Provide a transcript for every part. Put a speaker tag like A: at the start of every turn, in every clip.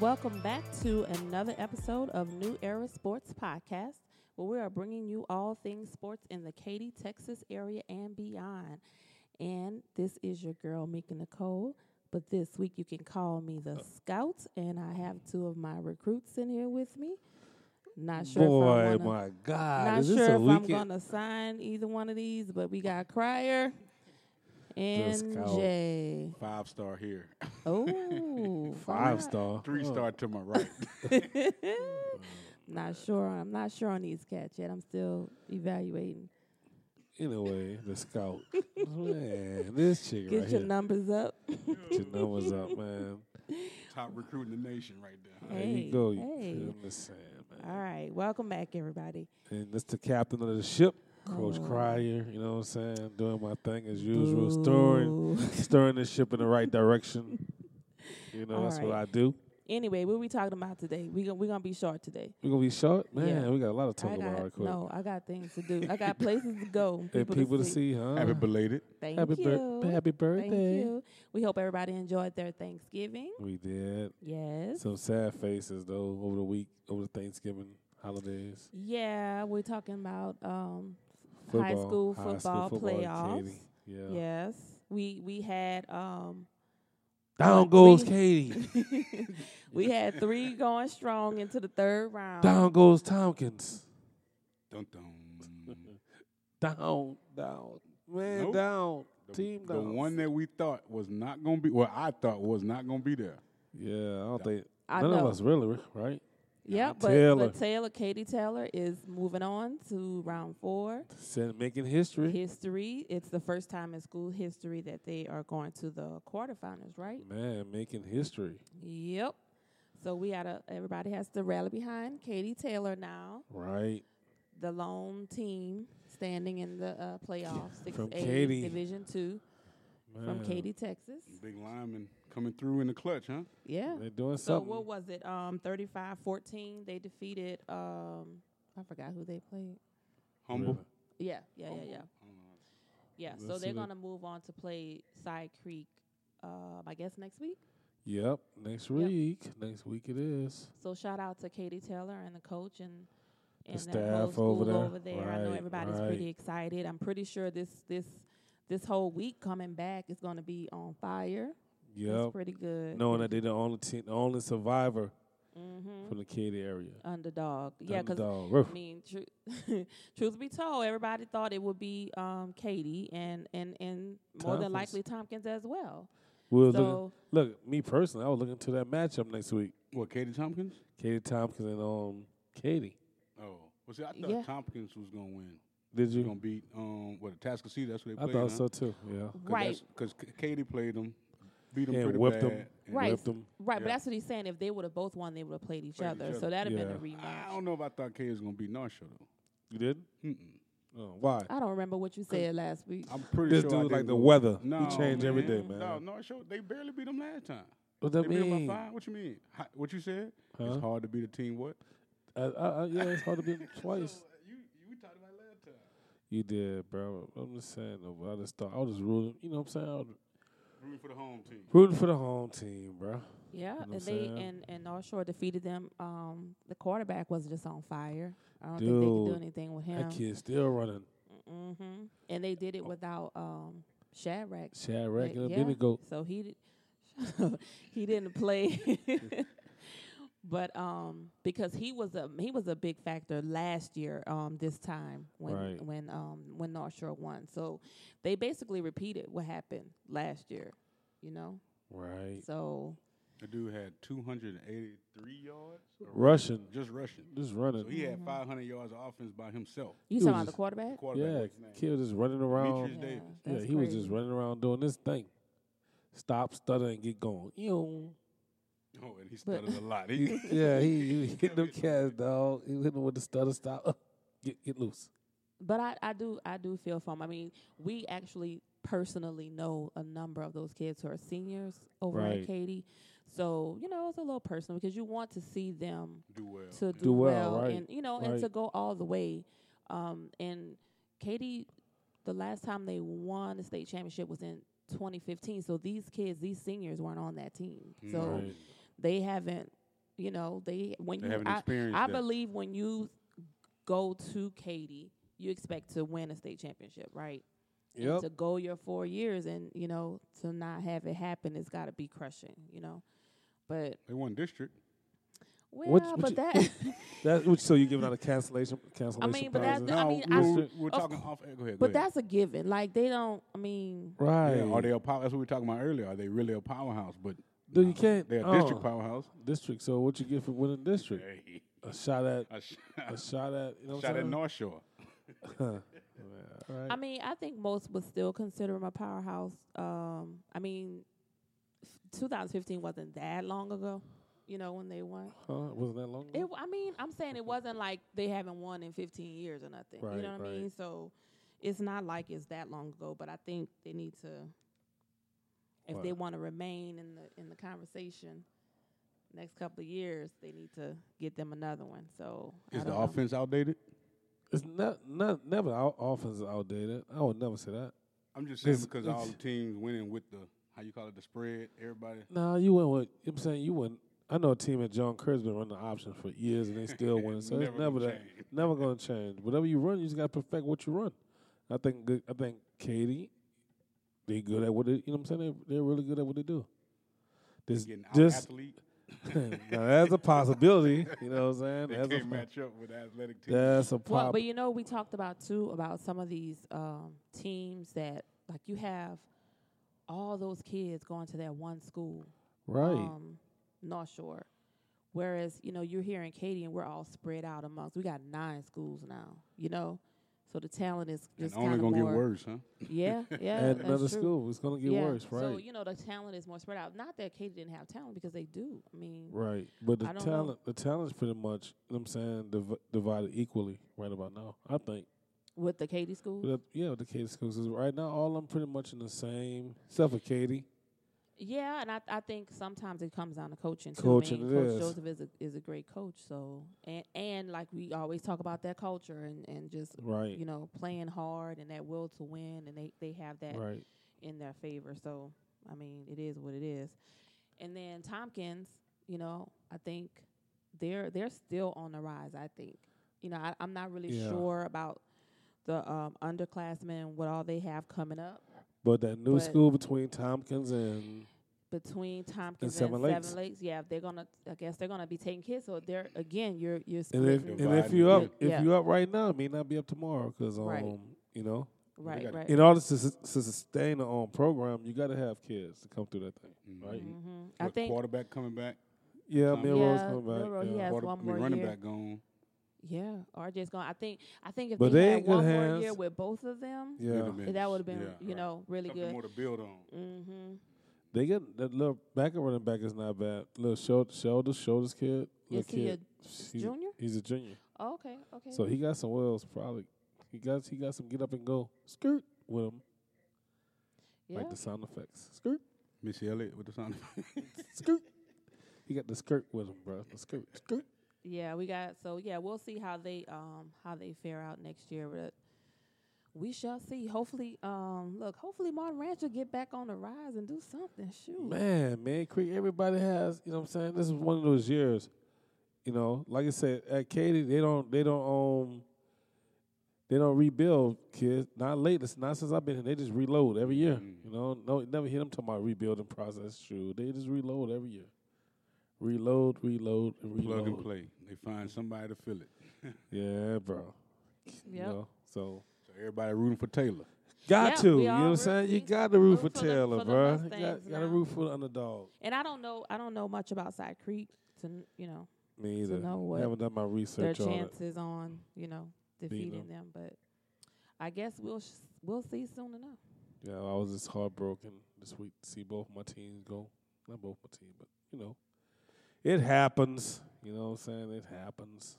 A: Welcome back to another episode of New Era Sports Podcast, where we are bringing you all things sports in the Katy, Texas area and beyond. And this is your girl, Mika Nicole. But this week you can call me
B: Oh.
A: the Scout, and I have two of my recruits in here with me. Not sure
B: Boy,
A: if I'm gonna,
B: my God.
A: not
B: is
A: sure
B: this
A: if
B: a
A: I'm
B: weekend?
A: gonna sign either one of these, but we got Crier and
B: Scout.
A: Jay.
C: Five star here,
A: Oh,
B: Five
A: wow.
B: star.
C: three star to my right.
A: Not sure. I'm not sure on these cats yet. I'm still evaluating.
B: Anyway, the scout. man, this chick
A: Get
B: right
A: your
B: here.
A: numbers up.
B: Get your numbers up, man.
C: Top recruit in the nation right there.
B: There
A: Hey,
B: you go. You
A: hey.
B: feel me saying, man.
A: All right. Welcome back, everybody.
B: And that's the captain of the ship, Coach
A: Oh.
B: Crier. You know what I'm saying? Doing my thing as usual, stirring,
A: Boo.
B: stirring the ship in the right direction. You know,
A: All
B: that's what
A: right.
B: I do.
A: Anyway, what we talking about today? We gon' we gonna be short today.
B: We're gonna be short, man.
A: Yeah.
B: We got a lot to talk
A: I
B: about.
A: got
B: right quick.
A: no. I got things to do. I got places to go.
B: and people to
A: see.
B: see, huh?
C: Happy belated.
A: Thank
B: Happy,
A: you.
B: bir- happy birthday!
A: Thank you. We hope everybody enjoyed their Thanksgiving.
B: We did.
A: Yes.
B: Some sad faces though over the week, over the Thanksgiving holidays.
A: yeah, we're talking about um, high school football,
B: in
A: playoffs.
B: Katy. Yeah.
A: Yes. We we had um
B: Down goes
A: Three.
B: Katie.
A: we had three going strong into the third round.
B: Down goes Tompkins.
C: Dun dun.
B: Down, down, man,
C: Nope.
B: down.
C: The,
B: Team
C: the
B: down.
C: one that we thought was not gonna be, well, I thought was not gonna be there.
B: Yeah, I don't think
A: I
B: none
A: know.
B: of us really right.
A: yeah, but
B: Taylor.
A: but Taylor, Katie Taylor is moving on to round four.
B: Said making history.
A: History. It's the first time in school history that they are going to the quarterfinals, right?
B: Man, making history.
A: Yep. So we gotta everybody has to rally behind Katie Taylor now,
B: Right.
A: the lone team standing in the uh, playoffs, six
B: From
A: A
B: Katy.
A: division two from
B: Man,
A: Katy, Texas.
C: Big lineman coming through in the clutch, huh?
A: Yeah.
B: They're doing
A: So
B: something.
A: what was it? Um, 35-14. They defeated. Um, I forgot who they played.
C: Humble.
B: Really.
A: Yeah, yeah, yeah, yeah,
C: I don't know.
A: yeah. So
B: Let's
A: they're
B: see the-
A: gonna move on to play Side Creek. Um, I guess next week.
B: Yep. Next week. Next week it is.
A: So shout out to Katie Taylor and the coach and
B: The
A: and that whole
B: staff
A: school
B: over there.
A: over there. I know
B: Right,
A: everybody's
B: right.
A: pretty excited. I'm pretty sure this this this whole week coming back is gonna be on fire.
B: Yep.
A: That's pretty good.
B: Knowing that they're the only team, the only survivor
A: mm-hmm.
B: from the Katy area.
A: underdog. Yeah, 'cause
B: Underdog.
A: I
B: Ruff.
A: mean, tru- truth be told, everybody thought it would be um, Katie and and and more than
B: Tompkins.
A: likely Tompkins as well.
B: we were looking,
A: so
B: look, me personally, I was looking to that matchup next week.
C: What, Katie Tompkins?
B: Katie Tompkins and um Katie.
C: Oh, well, see, I thought
A: Yeah.
C: Tompkins was gonna win.
B: Did
C: She
B: you?
C: gonna beat um, what, Atascocita? That's what they
B: I
C: played.
B: thought
C: huh?
B: so too. Yeah.
A: right,
C: Because Katie played them, beat them
B: And
C: pretty
B: whipped 'em.
C: bad. and
A: Right.
B: Whipped 'em.
A: right. But
C: yeah.
A: that's what he's saying. If they would have both won, they would have played each
C: Played
A: other.
C: each
A: So
C: other.
A: that'd have been a
B: Yeah.
A: rematch.
C: I don't know if I thought Katie was gonna beat Narsha though.
B: You did?
C: Mm-mm.
B: Oh, why?
A: I don't remember what you said last week.
C: I'm pretty
B: This
C: sure.
B: dude
C: I
B: like
C: didn't
B: the
C: go-
B: weather.
C: No,
B: he change every
C: man.
B: day, man.
C: No, no, sure. They barely beat them last time.
B: What that
C: they beat them
B: mean?
C: by five. What you mean? Hi, what you said?
B: Huh?
C: It's hard to beat a team. What?
B: I, I, I, yeah, it's hard to beat 'em twice.
C: you you talked about last time.
B: You did, bro. I'm just saying, though, but I just thought I was just rooting. You know what I'm saying? I was
C: Rooting for the home team.
B: rooting for the home team, bro.
A: Yeah,
B: what I'm
A: and they
B: saying?
A: and, and North Shore defeated them. Um, the quarterback was just on fire. I don't think they could do
B: Dude,
A: anything with
B: That
A: him.
B: kid still running.
A: Mm-hmm. And they did it
B: Oh.
A: without um, Shadrack.
B: Shad
A: Like,
B: Rack and
A: yeah.
B: Abednego.
A: So he did, he didn't play, but um because he was a he was a big factor last year um this time when
B: Right.
A: when um when North Shore won. So they basically repeated what happened last year, you know.
B: Right.
A: So
C: The dude had 283 yards. or
B: Rushing.
C: Just rushing.
B: Just running.
C: So he
A: Mm-hmm.
C: had 500 yards of offense by himself.
A: you
B: He
A: talking about
B: was
A: the
B: just-
C: The
A: quarterback?
C: quarterback.
B: Yeah,
C: what's his name?
B: kid was just running around.
C: Demetrius Davis.
B: Yeah,
A: that's
B: he was just
A: crazy.
B: running around doing this thing. Stop, stutter, and get going. You know.
C: Oh, and he
A: But-
C: stuttered a lot. He,
B: He- yeah, he, he was hitting them cats, dog. He was hitting them with the stutter, stop, get get loose.
A: But I, I do I do feel for 'em. I mean, we actually personally know a number of those kids who are seniors over at
B: Right.
A: Katie. So you know, it's a little personal because you want to see them
C: do well.
A: to
C: man.
A: do,
B: Do
A: well,
B: well, right,
A: and you know, and to
B: right.
A: go all the way. Um, and Katie, the last time they won the state championship was in
C: Mm-hmm.
A: 2015. So these kids, these seniors, weren't on that team. So
C: Right.
A: they haven't you know, they when
C: They
A: you
C: haven't
A: I,
C: experienced
A: I
C: that.
A: believe when you go to Katie, you expect to win a state championship, right? And
B: Yep.
A: to go your four years and, you know, to not have it happen it's gotta be crushing, you know. But
C: They won district.
A: well,
B: what
A: but
B: you-
A: that
B: That which so you giving out a cancellation cancellation
A: but that's
B: policy?
A: the- I
C: no,
A: mean,
C: we
A: I-
C: were, we were
A: of
C: talking off. Go ahead.
A: but
C: go ahead.
A: that's a given. Like they don't I mean
B: right.
C: Yeah, are they a power? That's what we were talking about earlier. Are they really a powerhouse? But
B: Dude,
C: nah,
B: you can't-
C: They're a
B: oh.
C: district powerhouse.
B: district. So what you get for winning district?
C: Hey,
B: A shot at
C: I sh-
B: a shot at you know what
C: shot at
B: I'm
C: North Shore.
B: saying? Huh. All right.
A: I mean, I think most would still consider him a powerhouse. Um, I mean, f- 2015 wasn't that long ago, you know, when they won.
B: Huh? Wasn't that long?
A: It,
B: ago?
A: w- I mean, I'm saying it wasn't like they haven't won in 15 years or nothing. you
B: Right,
A: know what I
B: right.
A: mean? So it's not like it's that long ago, but I think they need to, if they
B: What?
A: want to remain in the in the conversation next couple of years, they need to get them another one. So I
C: Is the
A: don't know.
C: offense outdated?
B: It's not, not never our offense is outdated. I would never say that.
C: I'm just saying
B: It's-
C: because all the
B: it's-
C: teams winning with the how you call it the spread. Everybody.
B: Nah, you went with. I'm saying you went. I know a team at John Kerr's been running the option for years and they still win. So
C: Never
B: it's
C: gonna
B: never that.
C: change.
B: Never gonna change. Whatever you run, you just gotta perfect what you run. I think. Good, I think Katie, they good at what they. You know what I'm saying? They, they're really good at what they do. This
C: Getting out
B: just
C: athlete.
B: now, that's a possibility. You know what I'm saying?
C: They
B: That's a,
C: can't match up with the athletic team.
B: that's a
A: Well,
B: prob-
A: but you know, we talked about too about some of these um, teams that like you have all those kids going to that one school,
B: right.
A: Um, North Shore. Whereas you know you're here in Katy and we're all spread out amongst. We got nine schools now, you know, so the talent is
C: And
A: just kind
C: only
A: of
C: gonna
A: more.
C: get worse, huh?
A: Yeah, yeah,
B: Add
A: that's true.
B: another school, it's gonna get
A: Yeah.
B: worse. Right.
A: So you know the talent is more spread out. Not that Katy didn't have talent because they do. I mean,
B: Right, but the
A: I don't know.
B: talent, the talent's pretty much. You know what I'm saying div- divided equally right about now. I think.
A: with the Katy school.
B: But yeah, with the Katie schools is right now. All I'm pretty much in the same, except for Katie.
A: Yeah, and I, I think sometimes it comes down to coaching. Too.
B: Coaching,
A: I mean,
B: it
A: Coach
B: is.
A: Joseph is a, is a great coach. So and and like we always talk about that culture and and just
B: Right,
A: you know playing hard and that will to win and they they have that
B: right.
A: in their favor. So I mean it is what it is. And then Tompkins, you know, I think they're they're still on the rise. I think you know I, I'm not really
B: Yeah.
A: sure about the um, underclassmen what all they have coming up.
B: But that new
A: But-
B: school between Tompkins and
A: between Tompkins and,
B: Seven
A: Seven, Lakes.
B: Lakes.
A: Yeah, if they're gonna. I guess they're gonna be taking kids. So they're again, you're you're
B: and
A: splitting.
B: if and
C: Divided
B: if you up
A: again. Yeah.
B: if you up right now, it may not be up tomorrow because um
A: Right.
B: you know
A: right,
C: gotta-
A: right.
B: in order to, sus- to sustain their own program, you got to have kids to come through that thing. Right.
A: hmm I
C: With
A: think.
C: quarterback coming back.
B: Yeah,
C: Tom-
B: Milroy's
A: Yeah,
B: coming back.
A: Milroy, he
B: yeah.
A: has- That's
C: quarter-
A: one
C: I mean,
A: more
C: running
A: year.
C: back gone.
A: Yeah, RJ's going. I think. I think if
B: But
A: they
B: they
A: had
B: ain't good
A: one more year
B: hands.
A: with both of them, eh,
B: Yeah.
C: Would've been-
A: that would have been
C: yeah,
A: you
C: right.
A: know really
C: Something more
A: good.
C: to build on.
A: Mm-hmm.
B: They get that little backup running back is not bad. Little shoulder, shoulders, shoulders kid. Little
A: Is
B: kid.
A: he a
B: he's,
A: junior?
B: He's a junior.
A: Oh, okay, okay.
B: So he got some wheels probably. He got he got some get up and go skirt with him.
A: yeah.
B: Like the sound effects. Skirt,
C: Miss Elliott with the sound.
B: skirt. he got the skirt with him, bro. The skirt, skirt.
A: Yeah, we got so yeah, we'll see how they um how they fare out next year, but we shall see. Hopefully, um look, hopefully Martin Ranch will get back on the rise and do something. Shoot.
B: Man, man, Creek, everybody has, you know what I'm saying? This is one of those years. You know, like I said, at Katie, they don't they don't um they don't rebuild kids. Not late. It's not since I've been here. They just reload every year.
C: Mm.
B: You know, no never hear them talking about rebuilding process true. They just reload every year. Reload, reload, and reload.
C: Plug and play. They find somebody to fill it.
B: Yeah, bro. You
A: Yep.
B: know, so
C: So everybody rooting for Taylor.
B: got
A: Yeah,
B: to.
A: we
B: You know
A: all
B: what I'm
A: root-
B: saying? You
A: we
B: got to root
A: root
B: for
A: for the-
B: Taylor,
A: for the
B: bro. You
A: Mustangs
B: got, got to
A: now.
B: root for the underdog.
A: And I don't know I don't know much about Side Creek to n- you know,
B: Me either.
A: know what
B: Haven't done my
A: their
B: research on it.
A: chances on, you know, defeating them, but I guess we'll sh- we'll see soon enough.
B: Yeah, I was just heartbroken this week to see both my teams go. Not both my team, but you know, it happens. You know what I'm saying? It happens.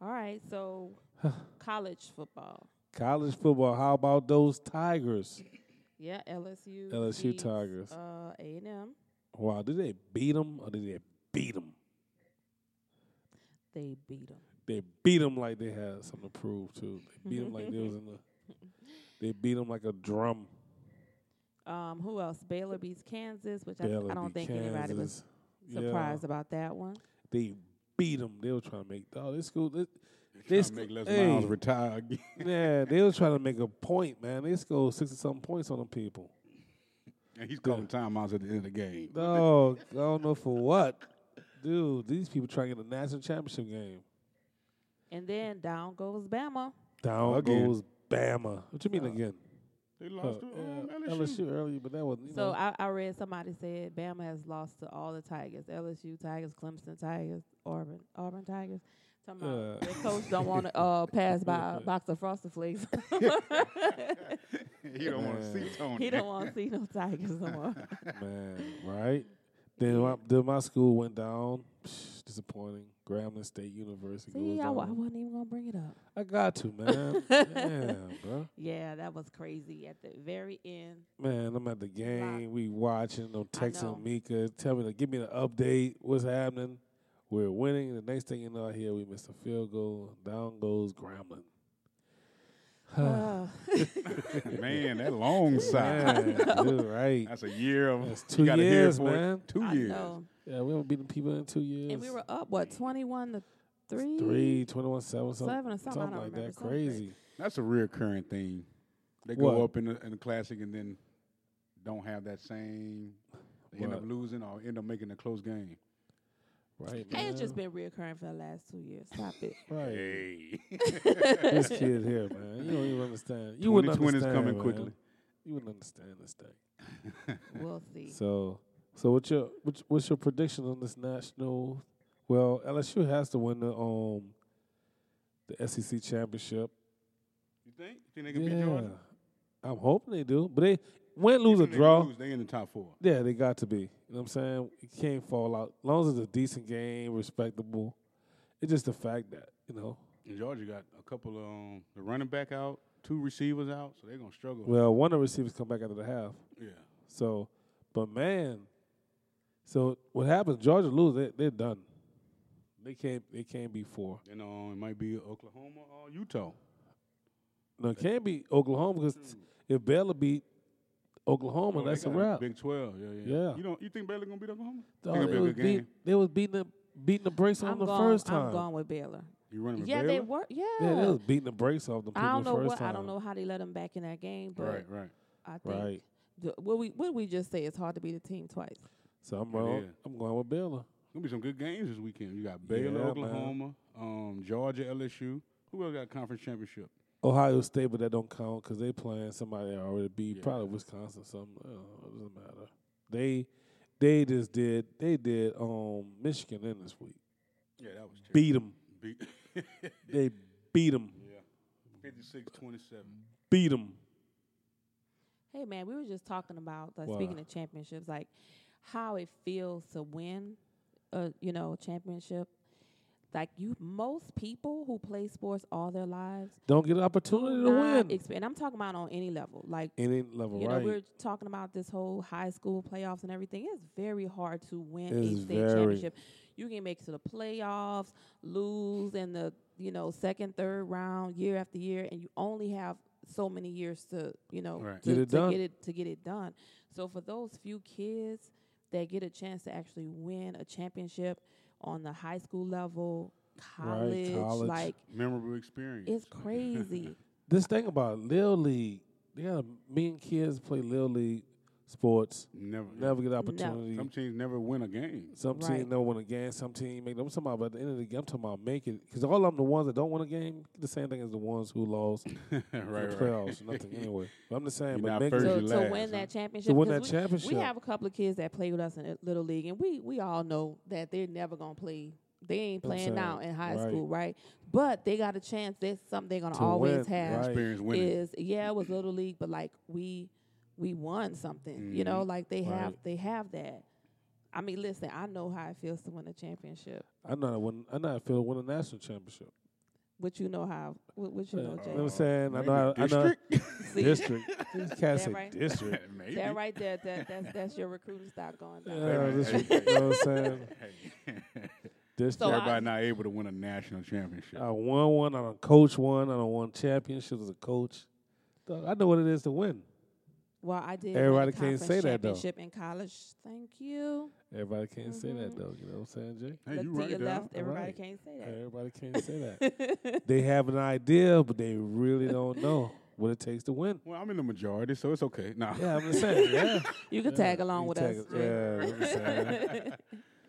A: All right, so college football.
B: College football. How about those Tigers?
A: Yeah, LSU.
B: LSU
A: beats,
B: Tigers.
A: Uh, A and M.
B: Wow, did they beat them or did they beat them?
A: They beat them.
B: They beat them like they had something to prove too. They beat them like they was in the. They beat them like a drum.
A: Um, who else? Baylor beats Kansas, which I, I
B: Baylor
A: don't
B: beat
A: think anybody was
B: Kansas. Yeah.
A: surprised about that one.
B: They beat them. They were trying to make dog. This school, this,
C: Trying
B: this
C: to make Les
B: hey,
C: Miles retire again.
B: yeah, they was trying to make a point, man. They scored sixty something points on them people.
C: And he's calling timeouts at the end of the game.
B: Dog, I don't know for what, dude. These people trying to get a national championship game.
A: And then down goes Bama.
B: Down
C: Again.
B: goes Bama. What you mean again?
C: They
B: Uh,
C: lost to um,
B: yeah,
C: LSU.
B: LSU earlier, but that wasn't. You
A: So
B: know,
A: I, I read somebody said Bama has lost to all the Tigers: LSU Tigers, Clemson Tigers, Auburn Auburn Tigers. Talking about
B: Yeah.
A: their coach don't want to uh, pass by a box of Frosted Flakes.
C: He don't want to
B: Man.
C: see Tony.
A: he don't want to see no Tigers no more.
B: man, right? Then my, then my school went down. Psh, disappointing. Grambling State University.
A: see,
B: goes
A: I, wa- I
B: down.
A: wasn't even gonna bring it up.
B: I got to man. Damn, bro.
A: Yeah, that was crazy. At the very end,
B: Man, I'm at the game. We watching. I'm
A: know.
B: texting Mika. Tell me to give me the update. What's happening? We're winning. The next thing you know, I hear we missed a field goal. Down goes Gremlin.
A: uh,
C: man, that long side.
B: Man, dude, right?
C: That's a year of
B: That's
C: you
B: two
C: gotta hear
B: years,
C: for it.
B: man.
C: Two
A: I
C: years.
A: know.
B: Yeah, we haven't beaten people in two years.
A: And we were up what twenty-one to three.
B: three, 21, seven, something,
A: Seven or something, I don't
B: like
A: remember,
B: that.
A: something
B: Crazy.
C: That's a reoccurring thing. They
B: What?
C: go up in the, in the classic and then don't have that same. They end up
B: What?
C: losing or end up making a close game.
B: Right,
A: Hey,
B: man.
A: it's just been reoccurring for the last two years. Stop it.
B: right.
C: Hey,
B: this kid here, man. You don't even understand. You wouldn't
C: 2020 is
B: understand.
C: coming
B: man.
C: quickly.
B: You wouldn't understand this thing.
A: We'll see.
B: So, so what's your what's, what's your prediction on this national? Well, LSU has to win the um the SEC championship.
C: you think? You think they can beat
B: Yeah,
C: Georgia?
B: I'm hoping they do, but they win, lose,
C: Even
B: or
C: if they
B: draw.
C: lose, they in the top four.
B: Yeah, they got to be. You know what I'm saying? It can't fall out. As long as it's a decent game, respectable. It's just the fact that you know.
C: And Georgia got a couple of um, the running back out, two receivers out, so they're gonna struggle.
B: Well, one of the receivers come back after the half.
C: yeah,
B: So, but man, so what happens? Georgia lose, they, they're done. They can't. They can't be four.
C: and uh, it might be Oklahoma or Utah.
B: No, it can't be Oklahoma because if Baylor beat Oklahoma,
C: Oh, Hmm. they
B: that's a
C: got
B: wrap.
C: Big Twelve. Yeah, yeah.
B: Yeah.
C: You don't. You think Baylor gonna beat Oklahoma?
B: Dog,
C: think
B: they,
C: it'll be a
B: was
C: good
B: beat,
C: game.
B: they was beating the beating the brakes off
A: I'm
B: the
A: going,
B: first time.
A: I'm going with Baylor.
C: You running with
A: Yeah,
C: Baylor?
A: they were. Yeah.
B: Yeah, they was beating the brakes off them people
A: I don't know
B: the first
A: what.
B: time.
A: I don't know how they let them back in that game, but
C: Right, right.
A: I think.
B: Right.
A: the- What we what we just say? It's hard to beat a team twice.
B: So I'm wrong.
C: Yeah.
B: I'm going with Baylor.
C: Gonna be some good games this weekend. You got Baylor,
B: Yeah, man.
C: Oklahoma, um, Georgia, LSU. Who else got conference championship?
B: Ohio State, but that don't count because they playing somebody that already beat
C: Yeah.
B: probably Wisconsin. Something I don't know, it doesn't matter. They they just did they did um Michigan in this week.
C: Yeah, that was terrible.
B: Beat them.
C: Beat. yeah,
B: They beat them.
C: 56-27.
B: Beat them.
A: Hey man, we were just talking about like
B: Wow.
A: speaking of championships, like how it feels to win a you know championship. Like you, most people who play sports all their lives,
B: Don't get an opportunity to
A: not
B: win.
A: expe- and I'm talking about on any level, like
B: Any level,
A: You know,
B: right?
A: we are talking about this whole high school playoffs and everything. It's very hard to win a
B: It's
A: state
B: very.
A: championship. You can make it to the playoffs, lose in the you know second, third round, year after year, and you only have so many years to you know
C: Right.
A: to,
B: Get it
A: to
B: done.
A: get it to get it done. So for those few kids that get a chance to actually win a championship on the high school level, college,
B: college.
A: like
C: Memorable experience.
A: it's crazy.
B: This thing about Lil League, they got me and kids play Lil League sports,
C: never,
B: never get opportunity.
C: Some teams never win a game.
B: Some team
A: Right.
B: never win a game. Some team make. I'm talking about at the end of the game. I'm talking about make it because all of them the ones that don't win a game, the same thing as the ones who lost in
C: right,
B: the
C: right.
B: playoffs. Nothing anyway. But I'm just saying,
C: You're
B: but
C: not
B: make
C: first,
B: it.
A: So
C: you
A: to
C: last,
A: win
C: huh?
A: that championship,
B: To win
A: 'cause
B: that
A: we,
B: championship.
A: we have a couple of kids that play with us in uh, little league, and we we all know that they're never gonna play. They ain't
B: I'm
A: playing
B: saying,
A: now in high
B: right.
A: school, right? But they got a chance. That's something they're gonna
B: To
A: always
B: win,
A: have.
B: right.
C: Experience winning.
A: Is yeah, it was little league, but like we we won something, you know. Like they have
B: Mm-hmm. Right.
A: they have that. I mean, listen, I know how it feels to win a championship.
B: I know. I win. I know. how I feel to win a national championship.
A: What you know how? What, what you know,
B: You know what I'm
A: Jay?
B: saying? I
C: Maybe
B: know. how- I know.
C: district?
A: See,
B: District. These cats
A: That
B: say
A: right?
B: district.
C: Maybe.
A: that right there, that that's that's your recruiting stock going down.
B: Yeah,
C: Hey,
B: district,
C: hey,
B: you know what I'm saying? District.
A: So I-
C: Everybody not able to win a national championship.
B: I won one. I don't coach one. I don't won championships as a coach. Dog, I know what it is to win.
A: Well, I did.
B: Everybody
A: Everybody
B: can't
A: can
B: say that, though.
A: Championship in college. Thank you.
B: Everybody can't say that
A: Mhm.
B: though. You know what I'm saying, Jay?
C: Hey,
A: Look
C: you
A: to
C: right
A: your
C: there.
A: left. Everybody
B: right.
A: can't say that.
B: Everybody can't say that. they have an idea, but they really don't know what it takes to win.
C: Well, I'm in the majority, so it's okay. Nah.
B: Yeah, I'm just saying. Yeah,
A: you can
B: Yeah,
A: tag along
B: you
A: with
B: tag
A: us.
B: it- yeah, I'm just saying.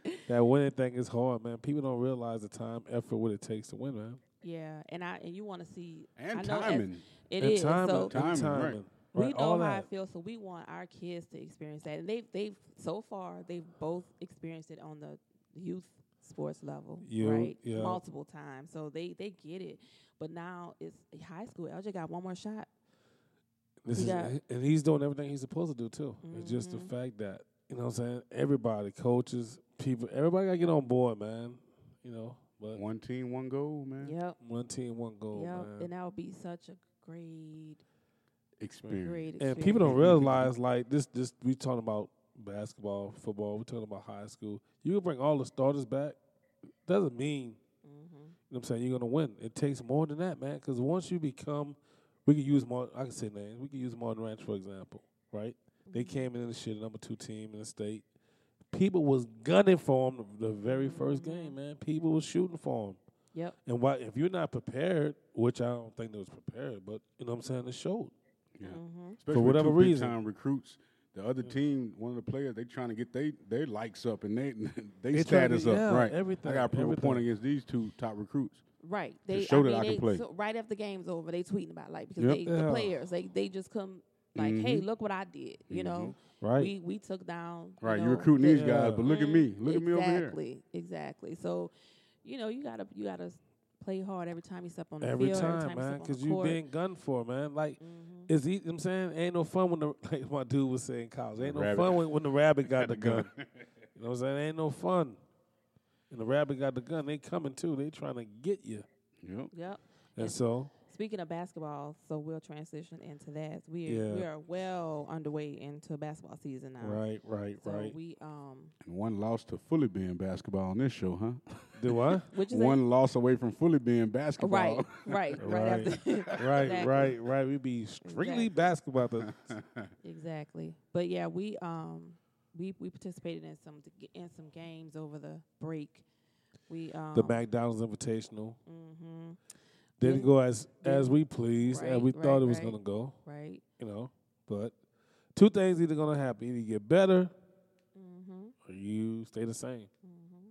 A: Jay.
B: that winning thing is hard, man. People don't realize the time, effort, what it takes to win, man.
A: yeah, and I and you want to see
C: And
A: I know as-
C: timing.
A: it is
B: and timing,
A: so
B: and
C: Timing, right.
B: timing,
A: we
B: right,
A: know
B: all
A: how
B: that.
A: it feels, so we want our kids to experience that. And they've they've so far they've both experienced it on the youth sports level,
B: You-
A: right?
B: yeah.
A: Multiple times, so they they get it. But now it's high school. LJ got one more shot.
B: This
A: We
B: is,
A: got-
B: and he's doing everything he's supposed to do too. It's just the
A: Mhm.
B: fact that you know what I'm saying everybody, coaches, people, everybody gotta get on board, man. You know, but one,
C: One team, one goal, man.
A: Yep,
B: team, one goal,
A: yep.
B: man.
A: And that would be such a great,
C: Experience.
A: great.
B: And
A: Experience.
B: people don't
C: Mhm.
B: realize like this. This we talking about basketball, football. We're talking about high school. You can bring all the starters back. Doesn't mean
A: Mm-hmm.
B: you know what I'm saying you're gonna win. It takes more than that, man. Because once you become, we can use more. I can say names. We can use Martin Ranch for example, right? They came in and shit, number two team in the state. People was gunning for them the very first game, man. People was shooting for them.
A: Yep.
B: And why, if you're not prepared, which I don't think they was prepared, but you know what I'm saying, it showed.
C: Yeah.
A: Mm-hmm.
C: Especially with
B: whatever
C: two
B: reason.
C: big-time recruits. The other team, one of the players, they trying to get they their likes up and they
B: They
C: they
B: trying to-
C: status up,
B: yeah,
C: right?
B: everything,
C: I got to prove a point
B: everything.
C: against these two top recruits.
A: Right. They
C: show
A: I
C: that
A: mean,
C: I can
A: they,
C: play.
A: So right after the game's over, they tweeting about like because
B: Yep.
A: they
B: Yeah.
A: the players they they just come like, hey,
C: Mhm.
A: look what I did. You know,
B: Right.
A: we we took down.
C: Right,
A: You,
C: you
A: know,
C: recruiting these
A: the-
B: Yeah.
C: guys, but look at
A: Mhm.
C: me, look at me over here.
A: Exactly. Exactly. So, you know, you gotta you gotta play hard every time you step on the
B: every
A: field.
B: time,
A: every time
B: man,
A: because
B: because you being gunned for, man. Like,
A: Mm-hmm.
B: it's e- you know what I'm saying, ain't no fun when the like my dude was saying, in college, ain't no
C: Rabbit.
B: fun when, when the rabbit got the
C: the gun.
B: gun. you know what I'm saying? Ain't no fun. And the rabbit got the gun. They coming too. They trying to get you.
C: Yep.
A: Yep.
B: And
A: Yes.
B: so
A: Speaking of basketball, so we'll transition into that. We
B: Yeah.
A: we are well underway into basketball season now.
B: right, right,
A: Uh-huh. So
B: right.
A: we um,
C: And one loss to fully being basketball on this show, huh?
B: Do I?
A: which is
C: One loss away from fully being basketball.
A: right, right, right,
B: Right.
A: after
B: right,
A: Exactly.
B: right, right. We be strictly
A: Exactly. Uh-huh.
B: basketball. The,
A: Exactly. But yeah, we um we we participated in some in some games over the break. We um
B: the McDonald's Invitational
A: hmm
B: didn't
A: Yeah.
B: go as
A: Yeah.
B: as we pleased, as
A: Right,
B: we
A: right,
B: thought it was
A: right.
B: gonna go.
A: right.
B: You know, but two things either gonna happen: either you get better
A: Mm-hmm.
B: or you stay the same.
A: Mm-hmm.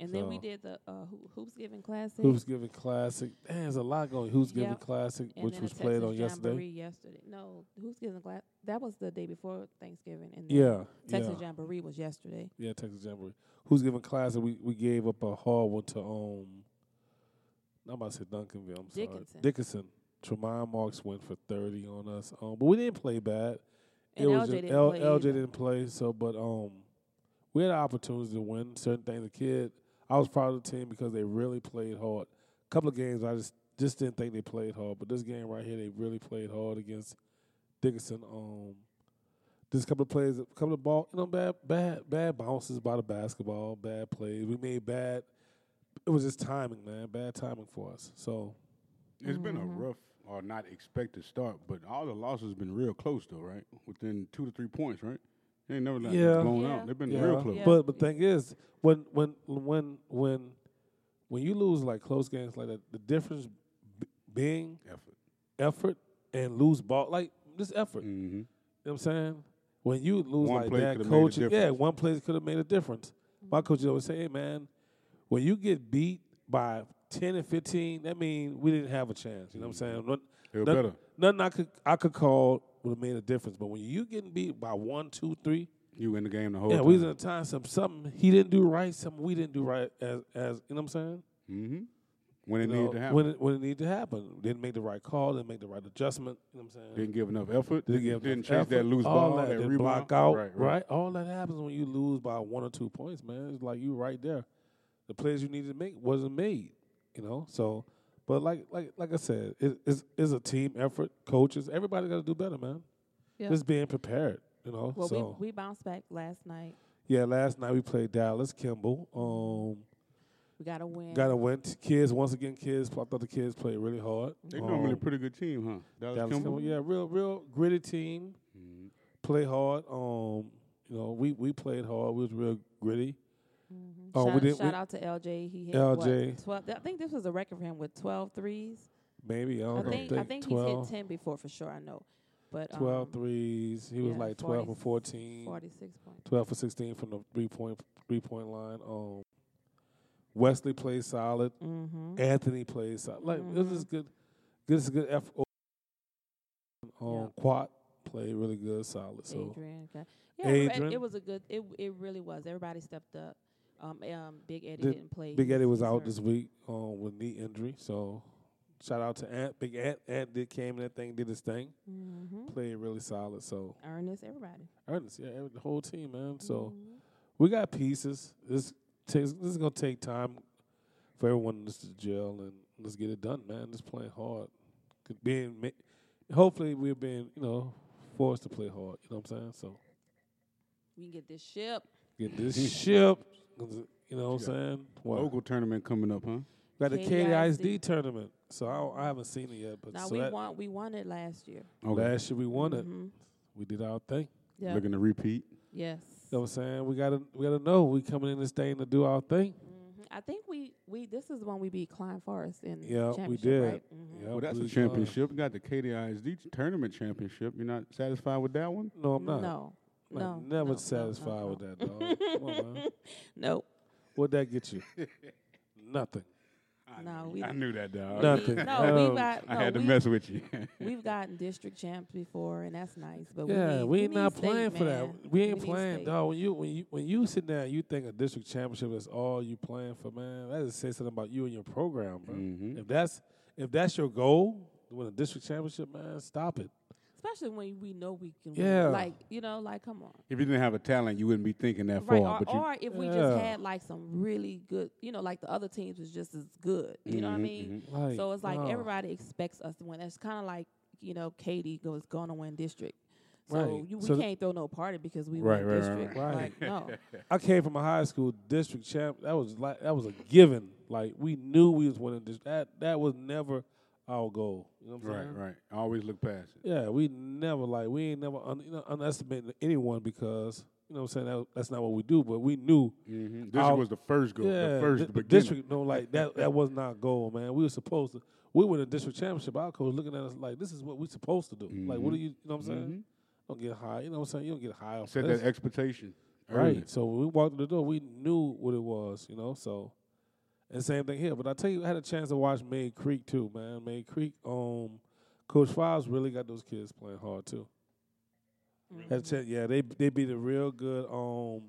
A: And then we
B: So-
A: did the uh, Hoo- hoops giving classic.
B: Who's giving classic? Damn, there's a lot going. Who's giving
A: Yep.
B: classic,
A: and
B: which
A: then
B: was
A: a
B: played
A: Texas
B: on yesterday.
A: Jamboree yesterday. No, who's giving class? That was the day before Thanksgiving. And then
B: Yeah,
A: Texas
B: yeah,
A: Jamboree was yesterday.
B: yeah. Texas Jamboree. Who's giving classic? We we gave up a hard one to um. I'm about to say Duncanville. I'm
A: Dickinson.
B: sorry, Dickinson. Tremont Marks went for 30 on us, um, but we didn't play bad.
A: And
B: it
A: LJ
B: was just-
A: didn't
B: L-
A: play.
B: LJ
A: either.
B: didn't play, so but um, we had opportunities to win certain things. The kid, I was proud of the team because they really played hard. A couple of games I just just didn't think they played hard, but this game right here they really played hard against Dickinson. Um, just a couple of plays, a couple of ball, you know, bad bad bad bounces by the basketball, bad plays. We made bad. It was just timing, man. Bad timing for us. So
C: It's been a
B: Mm-hmm.
A: Mhm.
C: rough or not expected start, but all the losses been real close though, right? Within two to three points, right? They ain't never like
B: Yeah.
C: blown
A: Yeah.
C: out. They've been
B: Yeah.
C: real close.
A: Yeah.
B: But but thing is, when when when when when you lose like close games like that, the difference b- being
C: Effort.
B: effort and lose ball like this effort. You
C: Mm-hmm.
B: know what I'm saying? When you lose
C: One
B: like
C: play
B: that,
C: coulda made a
B: coach, yeah,
C: difference.
B: one play could have made a difference. My coach would always say, "Hey man, when you get beat by 10 and 15, that means we didn't have a chance." You know what I'm saying? Not-
C: They were
B: not-
C: Mm-hmm. better.
B: Nothing I could I could call would have made a difference, but when you getting beat by one, two, three,
C: You in the game the whole
B: yeah,
C: time.
B: we was in a time some something he didn't do right, something we didn't do right as as you know what I'm saying?
C: mm-hmm. When it
B: You know,
C: needed to happen.
B: When it when it needed to happen. Didn't make the right call, didn't make the right adjustment, you know what I'm saying?
C: didn't give enough effort.
B: Didn't give
C: didn't
B: enough
C: chase that
B: effort,
C: loose
B: all
C: ball, that,
B: didn't
C: rebound.
B: block out,
C: Right, right.
B: All that happens when you lose by one or two points, man. It's like you right there. The plays you needed to make wasn't made, you know? So but like like like I said, it, it's it's a team effort, coaches, everybody gotta do better, man.
A: Yeah.
B: Just being prepared, you know.
A: well,
B: so
A: we we bounced back last night.
B: yeah, last night we played Dallas Kimball. Um
A: We got a win.
B: Got to win. T- Kids once again. Kids. I thought the kids played really hard.
C: They normally a
B: Um,
C: pretty good team, huh? Dallas
B: Dallas
C: Kimball?
B: Cowboys, yeah, real, real gritty team.
C: Mhm.
B: play hard. Um, you know, we we played hard. We was real gritty.
A: Mhm.
B: Oh, we
A: shout
B: didn't-
A: shout
B: we-
A: out to LJ. He hit
B: LJ.
A: What, 12, I think this was a record for him with 12 threes.
B: Maybe I
A: I
B: don't know.
A: think, I think he's
B: Oh, twelve.
A: hit 10 before for sure, I know. But um,
B: 12 threes. He was
A: yeah,
B: like
A: 40,
B: 12 for 14,
A: 46 points.
B: 12 for 16 from the three point three point line. Um, Wesley played solid.
A: Mm-hmm.
B: Anthony played solid. Like this is
A: Mhm.
B: good. This is good effort. Um,
A: Yeah.
B: Quat played really good, solid. So
A: Adrian. Okay. Yeah, everybody-
B: Adrian.
A: it was a good. It it really was. Everybody stepped up. Um, um Big Eddie
B: The-
A: didn't play.
B: Big
A: He's-
B: Eddie was
A: he's
B: out
A: hurt.
B: this week um, with knee injury. So shout out to Ant. Big Ant. Ant did came in that thing, did his thing,
A: Mhm.
B: played really solid. So
A: Ernest, everybody.
B: Ernest, yeah, every- the whole team, man. So.
A: Mhm.
B: we got pieces. This takes, this is gonna take time for everyone to to gel, and let's get it done, man. Just playing hard, Could- being ma- hopefully we're being you know forced to play hard. You know what I'm saying? So
A: we can get this ship.
B: get this ship. 'cause, You know what I'm
C: Yeah.
B: saying? What?
C: Local tournament coming up, huh?
B: Got the
A: KISD.
B: KDISD tournament, so I, don't- I haven't seen it yet. But
A: Now
B: so
A: we
B: that-
A: won. We won it last year.
B: last year we won it.
A: Mhm.
B: We did our thing.
A: Yeah.
C: Looking to repeat.
A: Yes.
B: You know what I'm saying? We gotta we gotta know we coming in this thing to do our thing.
A: Mhm. I think we we this is when we beat Klein Forest in
B: Yeah, we
A: championship,
B: did.
A: Right? Mhm.
B: Yeah,
C: Well, Oh, that's
B: we
C: a
B: won.
C: championship. You got the KDISD tournament championship. You're not satisfied with that one?
B: No, I'm
A: Mm-hmm.
B: not.
A: No.
B: Like,
A: no.
B: never
A: no,
B: satisfied
A: no, no,
B: with
A: no.
B: that, dog. Come on, man.
A: No.
B: What'd that get you? Nothing.
C: I
A: No,
C: knew-
A: we-
C: I knew that, dog.
A: No,
B: Nothing.
A: we
B: Um,
A: got.
C: I
A: no,
C: had to
A: we-
C: mess with you.
A: We've gotten district champs before, and that's nice. But we
B: yeah,
A: need,
B: we ain't
A: need
B: not
A: state,
B: playing for
A: man.
B: that. We ain't
A: need
B: playing,
A: state.
B: dog. When you when you when you sit down, you think a district championship is all you playing for, man. That is say something about you and your program, bro.
C: Mhm.
B: If that's if that's your goal, to win a district championship, man, stop it.
A: Especially when we know we can.
B: Yeah.
A: Win. Like you know, like come on.
C: If you didn't have a talent, you wouldn't be thinking that
A: Right,
C: far.
A: or,
C: but you,
A: or if we
B: Yeah.
A: just had like some really good, you know, like the other teams was just as good. You know what I
B: Mm-hmm,
A: mean?
C: Mhm,
B: Like,
A: So it's like
B: nah.
A: everybody expects us to win. It's kind of like you know, Katie goes going to win district. So
B: Right.
A: you, we
B: So th-
A: can't throw no party because we
C: Right,
A: win
C: right, right,
A: district.
B: right.
A: Like no,
B: I came from a high school district champ. That was like that was a given. Like we knew we was winning this. That that was never our goal. You know what I'm
C: right,
B: saying?
C: right. Always look past it.
B: Yeah, we never like we ain't never un, you know, underestimated anyone because you know what I'm saying that, that's not what we do. But we knew,
C: Mm-hmm. This
B: I'll-
C: was the first goal.
B: yeah,
C: the first
B: di- the
C: beginning.
B: district. No, like that that was not our goal, man. We were supposed to. We were in the district championship. Our coach looking at us like this is what we're supposed to do. Like what
C: Mhm.
B: do you? You know what I'm saying? Don't get high. You know what I'm saying? You don't get high. Off
C: Set
B: this.
C: that expectation.
B: Right.
C: early.
B: So when we walked through the door, we knew what it was, you know. So and same thing here. But I tell you, I had a chance to watch Maid Creek too, man. Maid Creek, um, Coach Files really got those kids playing hard too.
A: Mm-hmm.
B: Had a chance- yeah, they they beat a real good um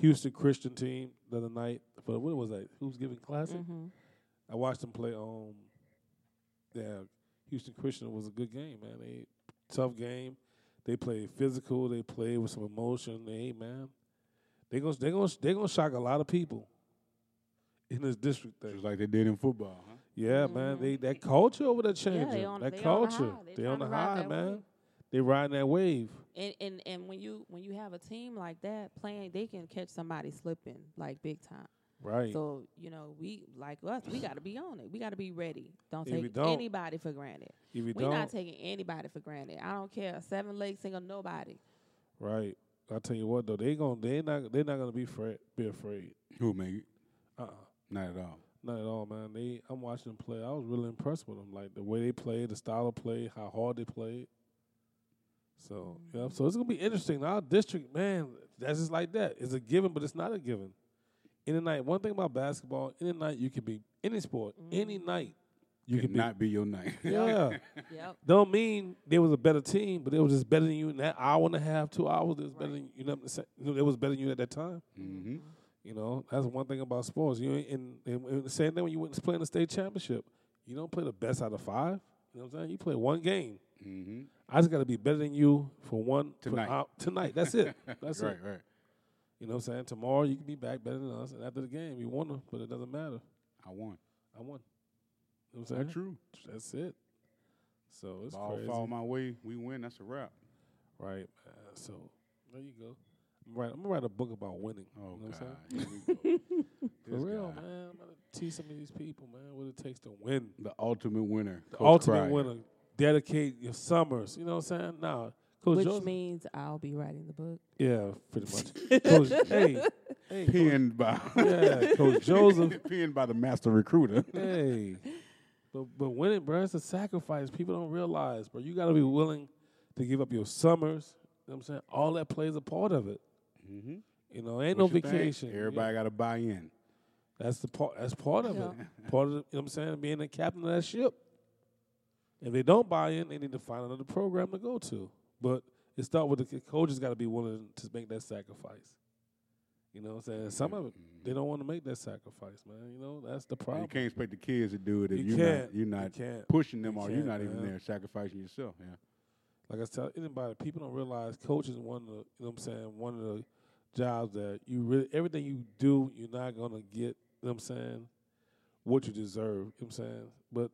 B: Houston Christian team the other night. But what was that? Who's giving classic?
A: hmm
B: I watched them play um yeah, Houston Christian was a good game, man. They tough game. They played physical, they played with some emotion. Hey man. They gonna they gonna they gonna shock a lot of people in this district thing.
C: Just like they did in football. Huh?
B: Yeah, man. They that culture over there changing.
A: on-
B: that
A: Mm-hmm. they on the
B: culture.
A: high. They
B: they on
A: trying to
B: the
A: ride
B: high,
A: that
B: man.
A: wave.
B: They riding that wave.
A: and and and when you when you have a team like that playing, they can catch somebody slipping like big time.
B: Right.
A: So you know, we like us, we got to be on it. We got to be ready. Don't
B: If we
A: take
B: don't-
A: anybody for granted.
B: if you
A: We're
B: don't
A: not taking anybody for granted. I don't care seven leg single nobody.
B: right. I tell you what though, they gonna they not they not gonna be afraid be afraid.
C: Who, man?
B: Uh uh
C: Not at all.
B: Not at all, man. They, I'm watching them play. I was really impressed with them, like the way they played, the style of play, how hard they played. So, yeah. So it's gonna be interesting. Our district, man, that's just like that. It's a given, but it's not a given. Any night, one thing about basketball, any night you can be any sport, any night you can,
C: Could not be your night.
B: be. Yeah.
A: Yep.
B: Don't mean they was a better team, but it was just better than you in that hour and a half, two hours. It was better than you. Know, what I'm saying? You know, it was better than you at that time.
C: mm-hmm.
B: You know, that's one thing about sports. You ain't in, in, in the same thing when you went to play in the state championship. You don't play the best out of five. You know what I'm saying? You play one game.
C: Mm-hmm.
B: I just got to be better than you for one for
C: Tonight.
B: out, tonight. That's it. That's
C: right,
B: it.
C: right.
B: You know what I'm saying? Tomorrow you can be back better than us. And after the game, you won, but it doesn't matter.
C: I won.
B: I won. You know what I'm saying?
C: That's true.
B: That's it. So it's
C: Ball
B: crazy.
C: fall my way, we win. That's a wrap.
B: Right, man. So there you go. I'm, right, I'm gonna write a book about winning.
C: Oh
B: you know what I'm
C: God,
B: saying?
C: here we go.
B: For
C: This
B: real,
C: guy.
B: man. I'm gonna teach some of these people, man, what it takes to win.
C: The ultimate winner.
B: The
C: Coach
B: ultimate
C: Pryor.
B: winner. Dedicate your summers. You know what I'm saying? Now, Coach
A: which
B: Joseph-
A: means I'll be writing the book.
B: yeah, pretty much. Coach, hey, hey, Coach,
C: Pinned by
B: yeah, Coach Joseph,
C: pinned by the master recruiter.
B: hey. But but winning, bro, it's a sacrifice. People don't realize, bro. You got to be willing to give up your summers. You know what I'm saying all that plays a part of it.
C: Mm-hmm.
B: You know, ain't no vacation. you know?
C: Everybody got to buy in.
B: That's the part. That's part of
A: Yeah.
B: it. Part of the, you know what I'm saying being the captain of that ship. If they don't buy in, they need to find another program to go to. But it start with the coach has got to be willing to make that sacrifice. You know what I'm saying? Some of it they don't want to make that sacrifice, man. You know that's the problem.
C: You can't expect the kids to do it if
B: You
C: you are
B: can't.
C: not you're not
B: you can't.
C: pushing them
B: You
C: or you're
B: can't,
C: not even
B: man.
C: there sacrificing yourself. Yeah.
B: Like I tell anybody, people don't realize coach is one of the, you know what I'm saying one of the jobs that you really everything you do you're not gonna get. You know what I'm saying what you deserve. You know what I'm saying, but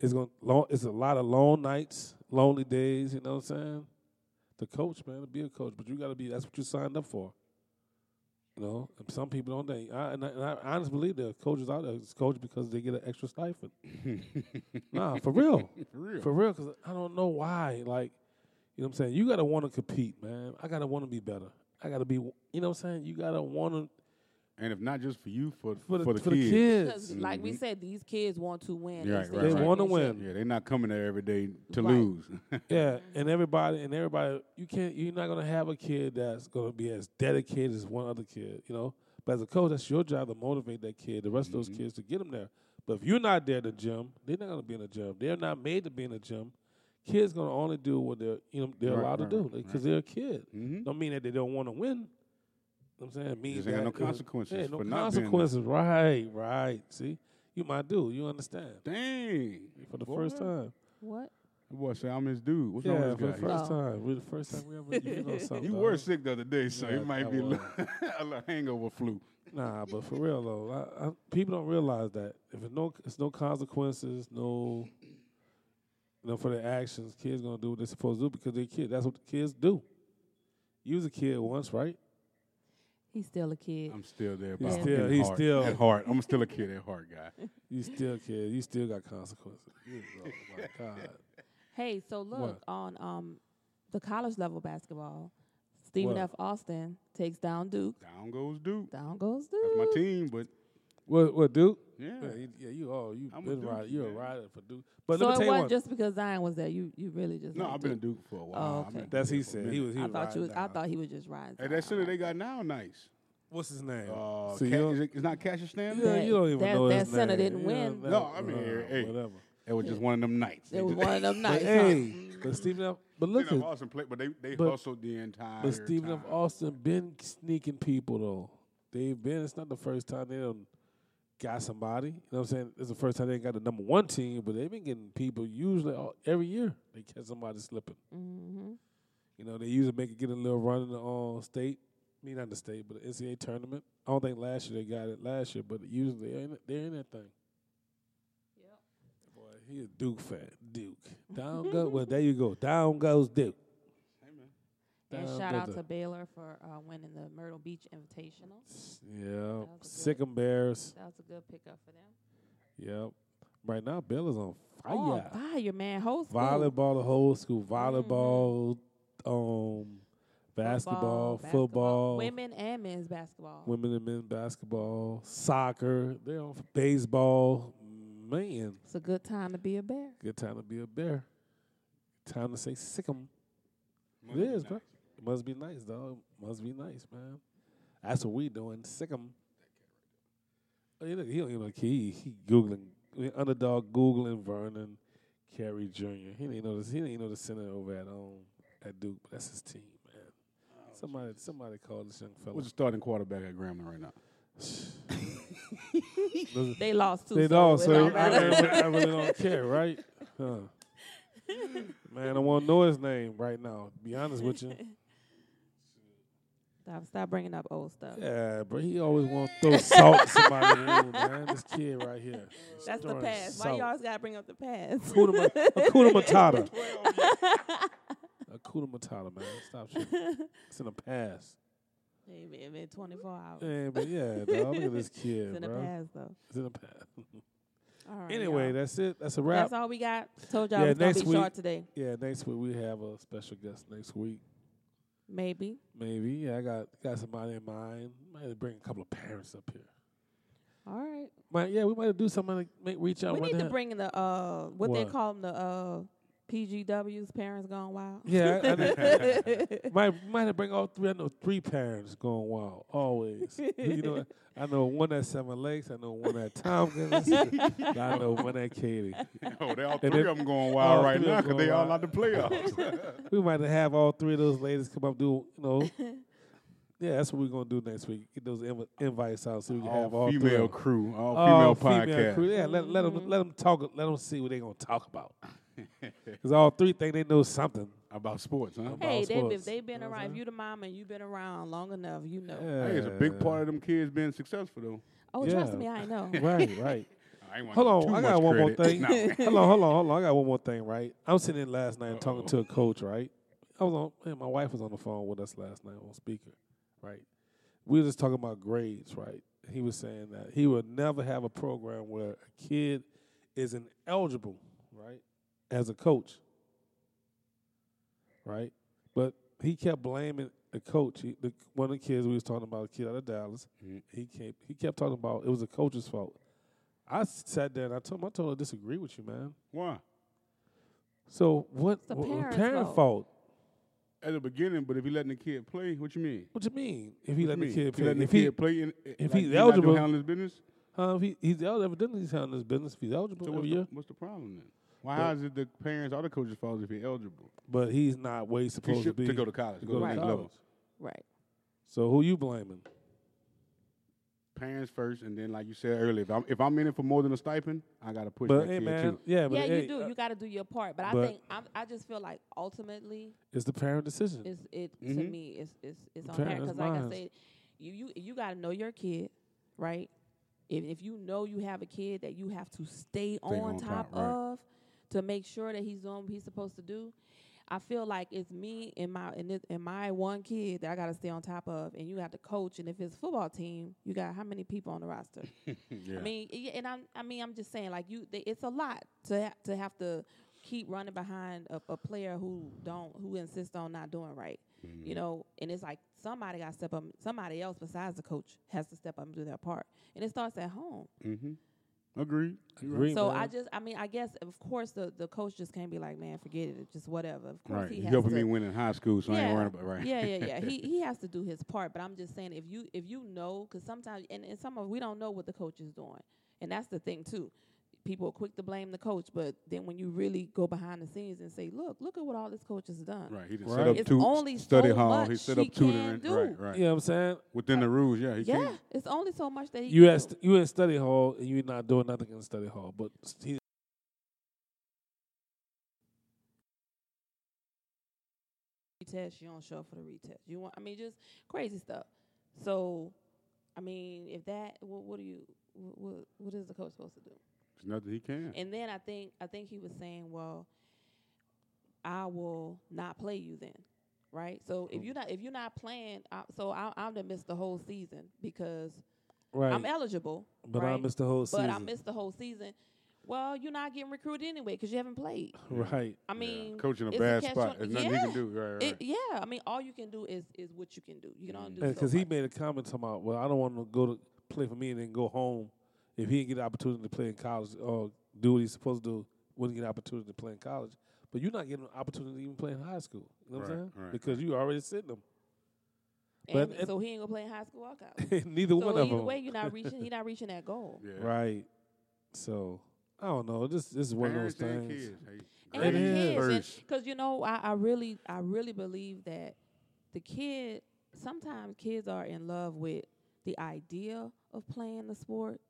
B: it's gonna long. It's a lot of long nights, lonely days. You know what I'm saying. The coach, man, to be a coach, but you got to be. That's what you signed up for. You know, and some people don't think. I, and I, and I honestly believe there are coaches out there that's coach because they get an extra stipend. nah, for real.
C: For real.
B: For real, because I don't know why. Like, you know what I'm saying? You got to want to compete, man. I got to want to be better. I got to be, you know what I'm saying? You got to want to,
C: and if not just for you, for
B: for the, for the,
C: kids.
A: Because,
B: kids.
A: like we said, these kids want to win.
C: Mm-hmm. Right,
A: these
C: right,
A: things
C: right. They
B: wanna
A: championship.
B: win.
C: Yeah, they're not coming there every day to
A: Right.
C: lose.
B: Yeah, and everybody, and everybody, you can't, you're not going to have a kid that's going to be as dedicated as one other kid, you know? But as a coach, that's your job to motivate that kid, the rest of
C: Mm-hmm.
B: those kids to get them there. But if you're not there in the gym, they're not going to be in the gym. They're not made to be in the gym. Kids going to only do what they're, you know, they're
C: Right,
B: allowed
C: right,
B: to do
C: right,
B: because
C: right.
B: they're a kid.
C: mm-hmm.
B: Don't mean that they don't want to win. You know what I'm saying, It means
C: Just ain't got
B: that
C: no
B: it was-
C: consequences
B: Yeah, no
C: for not being there.
B: consequences. Right, right. See, you my dude. You understand
C: Dang.
B: for the
C: Boy.
B: first time.
A: What?
C: That boy say I'm his dude. What's wrong
B: yeah,
C: with
B: for the
C: this guy?
B: first
A: Oh.
B: time. We the first time we ever. You know something?
C: You
B: dog.
C: were sick the other day, so
B: Yeah,
C: it might
B: I
C: be a
B: was.
C: little, a little hangover flu.
B: Nah, but for real though, I, I, people don't realize that if it's no, it's no consequences, no, you know, for their actions, kids gonna do what they're supposed to do because they're kids. That's what the kids do. You was a kid once, right?
A: He's still a kid.
C: I'm still there,
B: He's
C: Bob.
B: still-
C: at
B: he's
C: heart.
B: still-
C: at heart. I'm still a kid at heart, guy.
B: You still kid. You still got consequences. oh my god.
A: Hey, so look
B: What?
A: on um the college level basketball. Stephen
B: What?
A: F. Austin takes down Duke.
C: Down goes Duke.
A: Down goes Duke.
C: That's my team, but
B: What? What, Duke?
C: yeah,
B: Yeah, you, yeah, you all you
C: I'm a
B: been
C: Dukie,
B: rider. You're a
C: man.
B: rider for Duke. But
A: so
B: let me
A: it
B: tell you
A: wasn't
B: one.
A: just because Zion was there. You you really just
C: no,
A: like
C: I've been a
A: Duke.
C: Duke for a while.
A: Oh, okay.
C: I've been a
B: That's
C: Duke
B: he
C: for a
B: said.
C: minute.
B: He was. He
A: I
B: was
A: thought you was,
B: riding
A: I
B: down.
A: thought he was just riding.
C: Hey,
A: Zion.
C: that center they got now nice.
B: What's his name?
C: Uh,
B: So you
C: Cat-
B: don't-
C: is it- it's not Cassius Stanley.
B: yeah,
A: that-
B: you don't even
A: that-
B: know
A: that
B: his
A: center
B: name.
A: didn't
B: You
A: win.
B: don't
C: No,
B: know.
C: I mean,
B: Uh,
C: hey.
B: whatever.
C: It was just one of them nights. They
A: It was
C: just-
A: one of them
B: But
A: nights. Mm-hmm.
B: hey, but Stephen F. But
C: They
B: look
C: done
B: at
C: lost and played, but they they
B: but-
C: hustled the entire.
B: but Stephen F.
C: time.
B: Austin been sneaking people though. They've been. It's not the first time they done got somebody. You know what I'm saying? It's the first time they got the number one team, but they've been getting people usually all, every year. They catch somebody slipping.
A: Mm-hmm.
B: You know, they usually make it get a little run in the uh, state. I mean, not the state, but the NCAA tournament. I don't think last year they got it last year, but usually they're in, they're in that thing. Boy, he a Duke fan. Duke. Down goes, well, there you go. Down goes Duke.
A: And
B: Down
A: shout
B: goes
A: out
B: Duke.
A: to Baylor for uh, winning the Myrtle Beach Invitational. was a
B: Yeah.
A: good-
B: Sikkim Bears.
A: That was a good pickup for them.
B: Yep. Right now, Bella's on fire.
A: Oh, fire, Mm-hmm. man. Whole school.
B: Volleyball, the whole school. Volleyball, um, basketball, football,
A: women and men's basketball.
B: women and men basketball, soccer. They're on for baseball. Man,
A: It's a good time to be a bear.
B: good time to be a bear. Time to say Sikkim.
C: Must
B: It
C: be
B: is,
C: nice.
B: bro. It must be nice, dog. Must be nice, man. That's what we doing. Sick 'em. Oh, yeah, look, he don't even like he he googling I mean, underdog googling Vernon Carey Jr. He didn't know this. He didn't know the center over at um at Duke. But that's his team, man. somebody somebody called this young fella.
C: What's the starting quarterback at Grambling right now?
B: Those-
A: They lost two.
B: they
A: so
B: don't.
A: it
B: So
A: don't
B: I,
A: matter.
B: really, I really don't care, right? Huh. Man, I want to know his name right now. to Be honest with you.
A: Stop, stop bringing up old stuff.
B: Yeah, but he always want to throw salt in somebody's room, man. This kid right here.
A: That's the
B: throwing
A: past. Why
B: salt.
A: you always gotta bring up the past?
B: Hakuna Ma- Hakuna Matata. Hakuna Matata, man. Stop shit. It's in the past.
A: Hey, man, man, 24 hours.
B: Yeah, but yeah, dog, look at this
A: It's
B: kid,
A: in the
B: bro.
A: past though.
B: It's in the past.
A: All right,
B: Anyway,
A: y'all.
B: that's it. That's a wrap.
A: that's all we got. Told y'all
B: Yeah,
A: it's gonna
B: next
A: be
B: week-
A: short today.
B: Yeah, next week we have a special guest next week.
A: Maybe.
B: Maybe. Yeah, I got got somebody in mind. Might bring a couple of parents up here.
A: All right.
B: Might yeah, we might do something to make reach out.
A: we
B: what
A: need
B: the
A: to
B: hell-
A: bring the uh what, they
B: What?
A: call them the uh PGWs, parents gone wild.
B: Yeah, I, I think- might might have bring all three. I know three parents going wild always. you know, I know one at Seven Lakes. I know one at Tompkins. and I know one at Katie.
C: Oh, they all
B: And
C: three
B: if-
C: of them going
B: all
C: wild right
B: three of
C: now
B: 'em
C: because they
B: going
C: all
B: wild.
C: out the playoffs.
B: We might have all three of those ladies come up do you know. Yeah, that's what we're gonna do next week. Get those inv- invites out so we can have all
C: all
B: three of
C: female
B: 'em.
C: crew, all
B: All
C: female podcast.
B: crew. Yeah, let, let them let them talk. Let them see what they gonna talk about. Cause all three think they know something.
C: about sports, huh?
B: About
A: hey, they
B: sports.
A: if they've been
B: You know what I'm
A: around, if you the mom and you've been around long enough, you know.
B: Yeah.
C: I think it's a big part of them kids being successful, though.
A: Oh, trust
B: Yeah.
A: me, I know.
B: Right, right.
C: I ain't wanna
B: Hold
C: give
B: on,
C: too
B: I
C: much
B: got one more thing.
C: credit. No.
B: hold on, hold on, hold on. I got one more thing. Right, I was sitting there last night talking to a coach. Right, I was on. Man, my wife was on the phone with us last night on speaker. Right, we were just talking about grades. Right, he was saying that he would never have a program where a kid is ineligible. Right, as a coach. Right, but he kept blaming the coach. He, the, one of the kids we was talking about, a kid out of Dallas.
C: Mhm.
B: He kept he kept talking about it was the coach's fault. I sat there and I told him, I told her, I disagree with you, man.
C: Why?
B: So what?
A: the
B: what-
A: parent's
B: parent
A: fault.
C: At the beginning, but if you letting the kid play, what you mean?
B: What you mean? If he
C: What
B: let
C: you
B: the
C: mean?
B: kid
C: If you
B: play,
C: letting
B: if
C: the
B: he,
C: kid play, in,
B: if
C: like
B: he's
C: not doing
B: eligible-
C: handling his business,
B: uh, if he, he's el- evidently he's handling his business. If he's eligible
C: so
B: every
C: what's the,
B: year,
C: what's the problem then? Why how is it the parents or the coaches' fault if you're eligible?
B: but he's not where he's
C: He
B: supposed to
C: should
B: be
C: to go to college,
B: to
C: go to the
A: Right.
C: next level.
A: Right.
B: So who you blaming?
C: Parents first, and then like you said earlier, if I'm if I'm in it for more than a stipend, I gotta push
B: But
C: that
B: hey,
C: kid
B: man,
C: too.
B: yeah, but
A: Yeah,
B: hey,
A: you do.
B: uh,
A: You got to do your part, but, I
B: but-
A: think I'm, I just feel like ultimately,
B: it's the parent decision.
A: it's it to
C: Mhm.
A: me it's it's it's on
B: Mm-hmm. Fair,
A: parent
B: that's
A: because like I
B: mine.
A: said, you you you got to know your kid, right? If if you know you have a kid that you have to stay, on,
C: on
A: top,
C: top, right.
A: of to make sure that he's doing what he's supposed to do. I feel like it's me and my and, it, and my one kid that I got to stay on top of, and you got to coach. And if it's football team, you got how many people on the roster?
C: yeah.
A: I mean, yeah, and I'm, I mean, I'm just saying, like you, they, it's a lot to ha- to have to keep running behind a, a player who don't who insists on not doing right.
C: Mm-hmm.
A: You know, and it's like somebody got to step up. Somebody else besides the coach has to step up and do their part, and it starts at home.
C: mm-hmm. Agreed. You're
B: Agree,
A: So
B: man.
A: I just, I mean, I guess of course the the coach just can't be like, man, forget it, it's just whatever. Of course
C: Right.
A: he
C: You
A: has
C: helping
A: to.
C: me win in high school, so I ain't worrying about right.
A: Yeah, yeah, yeah. he he has to do his part, but I'm just saying if you if you know, because sometimes and, and some of we don't know what the coach is doing, and that's the thing too. People are quick to blame the coach, but then when you really go behind the scenes and say, "Look, look at what all this coach has done,"
C: Right. He done
B: Right.
C: set up
A: It's
C: tu-
A: only
C: study
A: so
C: hall.
A: much
C: he set
A: she
C: up tutoring.
A: can
C: Right,
A: do. Uh,
C: right.
B: You know what I'm saying?
C: Within the rules, yeah. He
A: yeah,
C: Can.
A: it's only so much that he
B: You
A: can
B: at
A: do.
B: st- you in study hall and you're not doing nothing in study hall, but s- he
A: retest, you don't show up for the retest. You want, I mean, just crazy stuff. So, I mean, if that, what, what do you, what, what is the coach supposed to do?
C: There's nothing he can.
A: And then I think I think he was saying, well, I will not play you then, right? So if you're not if you're not playing, I, so I, I'm gonna miss the whole season because
B: right,
A: I'm eligible,
B: but I
A: right?
B: missed the whole
A: but
B: season.
A: I missed the whole season. Well, you're not getting recruited anyway because you haven't played.
B: right.
A: I mean,
C: coaching a
A: it's
C: bad
A: catch
C: spot.
A: on-
C: There's nothing
A: yeah.
C: he can do. Right, right.
A: It, yeah, I mean, all you can do is is what you can do. You can only do
B: Because
A: so
B: he
A: much.
B: made a comment about, well, I don't want to go to play for me and then go home if he didn't get the opportunity to play in college or do what he's supposed to do. Wouldn't get an opportunity to play in college, but you're not getting an opportunity to even play in high school. You know what I'm
C: Right,
B: saying?
C: right,
B: because you already sitting them.
A: And
B: but it-
A: so he ain't gonna play in high school or college.
B: Neither one
A: so
B: of
A: either
B: them.
A: way, you're not reaching. He's not reaching that goal.
C: yeah.
B: Right. So I don't know. This this is one
C: Parents
B: of those
C: and
B: things.
C: kids. Hey,
A: And
B: It
A: the
B: is.
A: kids,
C: First.
A: because you know, I, I really, I really believe that the kid. Sometimes kids are in love with the idea of playing the sport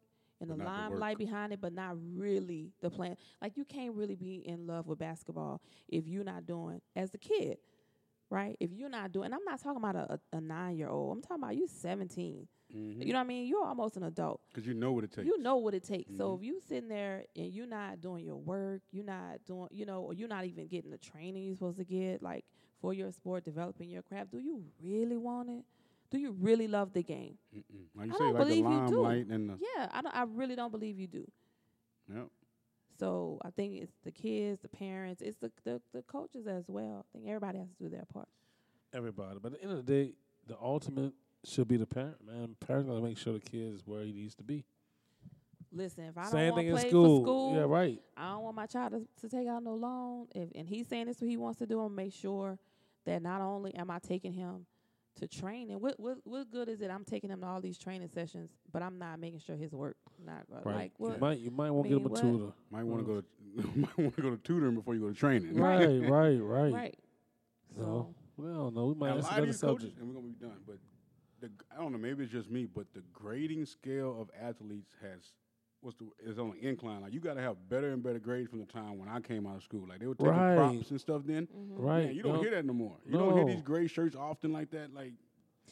A: and the
C: But not the
A: limelight behind it, but not really the plan. Like you can't really be in love with basketball if you're not doing as a kid, right? If you're not doing, and I'm not talking about a, a, a nine year old. I'm talking about you 17.
B: Mm-hmm.
C: Mm-hmm.
A: You know what I mean? You're almost an adult.
C: Because you know what it takes.
A: You know what it takes. So
B: Mm-hmm.
A: if you sitting there and you're not doing your work, you're not doing, you know, or you're not even getting the training you're supposed to get, like for your sport, developing your craft. Do you really want it? Do you really love the game?
C: Mm-mm. Like you
A: I
C: say,
A: don't
C: like the
A: believe you do.
C: limelight and the
A: Yeah, I don't. I really don't believe you do.
C: Yep.
A: So I think it's the kids, the parents, it's the the, the coaches as well. I think everybody has to do their part.
B: Everybody. But at the end of the day, the ultimate should be the parent, man. Parents gotta make sure the kid is where he needs to be.
A: Listen, if I don't
B: Same thing
A: want
B: in
A: to play
B: school.
A: for school,
B: Yeah, right.
A: I don't want my child to, to take out no loan. If, and he's saying this what he wants to do, and make sure that not only am I taking him to training, what what what good is it? I'm taking him to all these training sessions, but I'm not making sure his work not go-
B: Right.
A: like what.
B: you might you might want to
A: mean,
B: get him a
A: what?
B: tutor.
C: Might want to go
B: Mm-hmm.
C: to might want to go to tutoring before you go to training.
B: Right, right, right.
A: Right. So
B: No. We don't know. We might
C: Now, a
B: that's
C: lot of
B: another
C: these
B: subject.
C: coaches, and we're gonna be done. But the g- I don't know. Maybe it's just me, but the grading scale of athletes has what's the is on an incline. Like you got to have better and better grades from the time when I came out of school. Like they were taking
B: Right.
C: props and stuff then.
A: mm-hmm.
B: Right.
C: Man, you don't
B: no,
C: hear that no more. You don't hear
B: No.
C: these gray shirts often like that. Like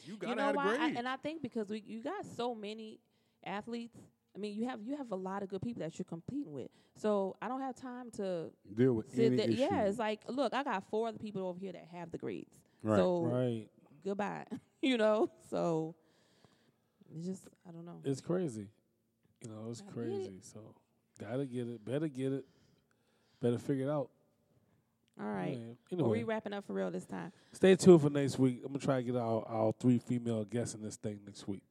C: you
A: you
C: gotta
A: know
C: have a
A: why? I,
C: grade.
A: and I think because we you got so many athletes. I mean, you have you have a lot of good people that you're competing with. So I don't have time to
C: Deal with
A: sit
C: any
A: there.
C: issue.
A: Yeah, it's like look, I got four other people over here that have the grades.
C: Right.
A: So
B: Right.
A: goodbye. you know, so it's just I don't know.
B: It's crazy. You know, it's
A: Gotta get it.
B: crazy. So gotta get it. Better get it. Better figure it out.
A: All right,
B: Man,
A: Well,
B: Anyway,
A: we wrapping up for real this time.
B: stay tuned for next week. I'm gonna try to get our, our three female guests in this thing next week.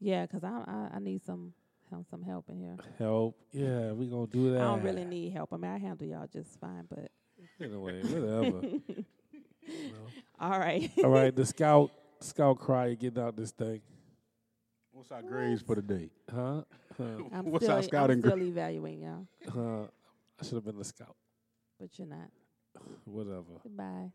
A: Yeah, 'cause I, I I need some help, some help in here.
B: Help. Yeah, we gonna do that.
A: I don't really need help. I mean, I handle y'all just fine. But
B: Anyway, whatever. You know.
A: all right,
B: All right, the scout scout cry getting out this thing.
C: What's our grades for the day?
B: Huh? Huh?
A: I'm
C: What's
A: still
C: our scouting
A: I'm
C: grade?
A: still evaluating y'all,
B: huh. I should have been the scout.
A: but you're not.
B: Whatever.
A: Goodbye.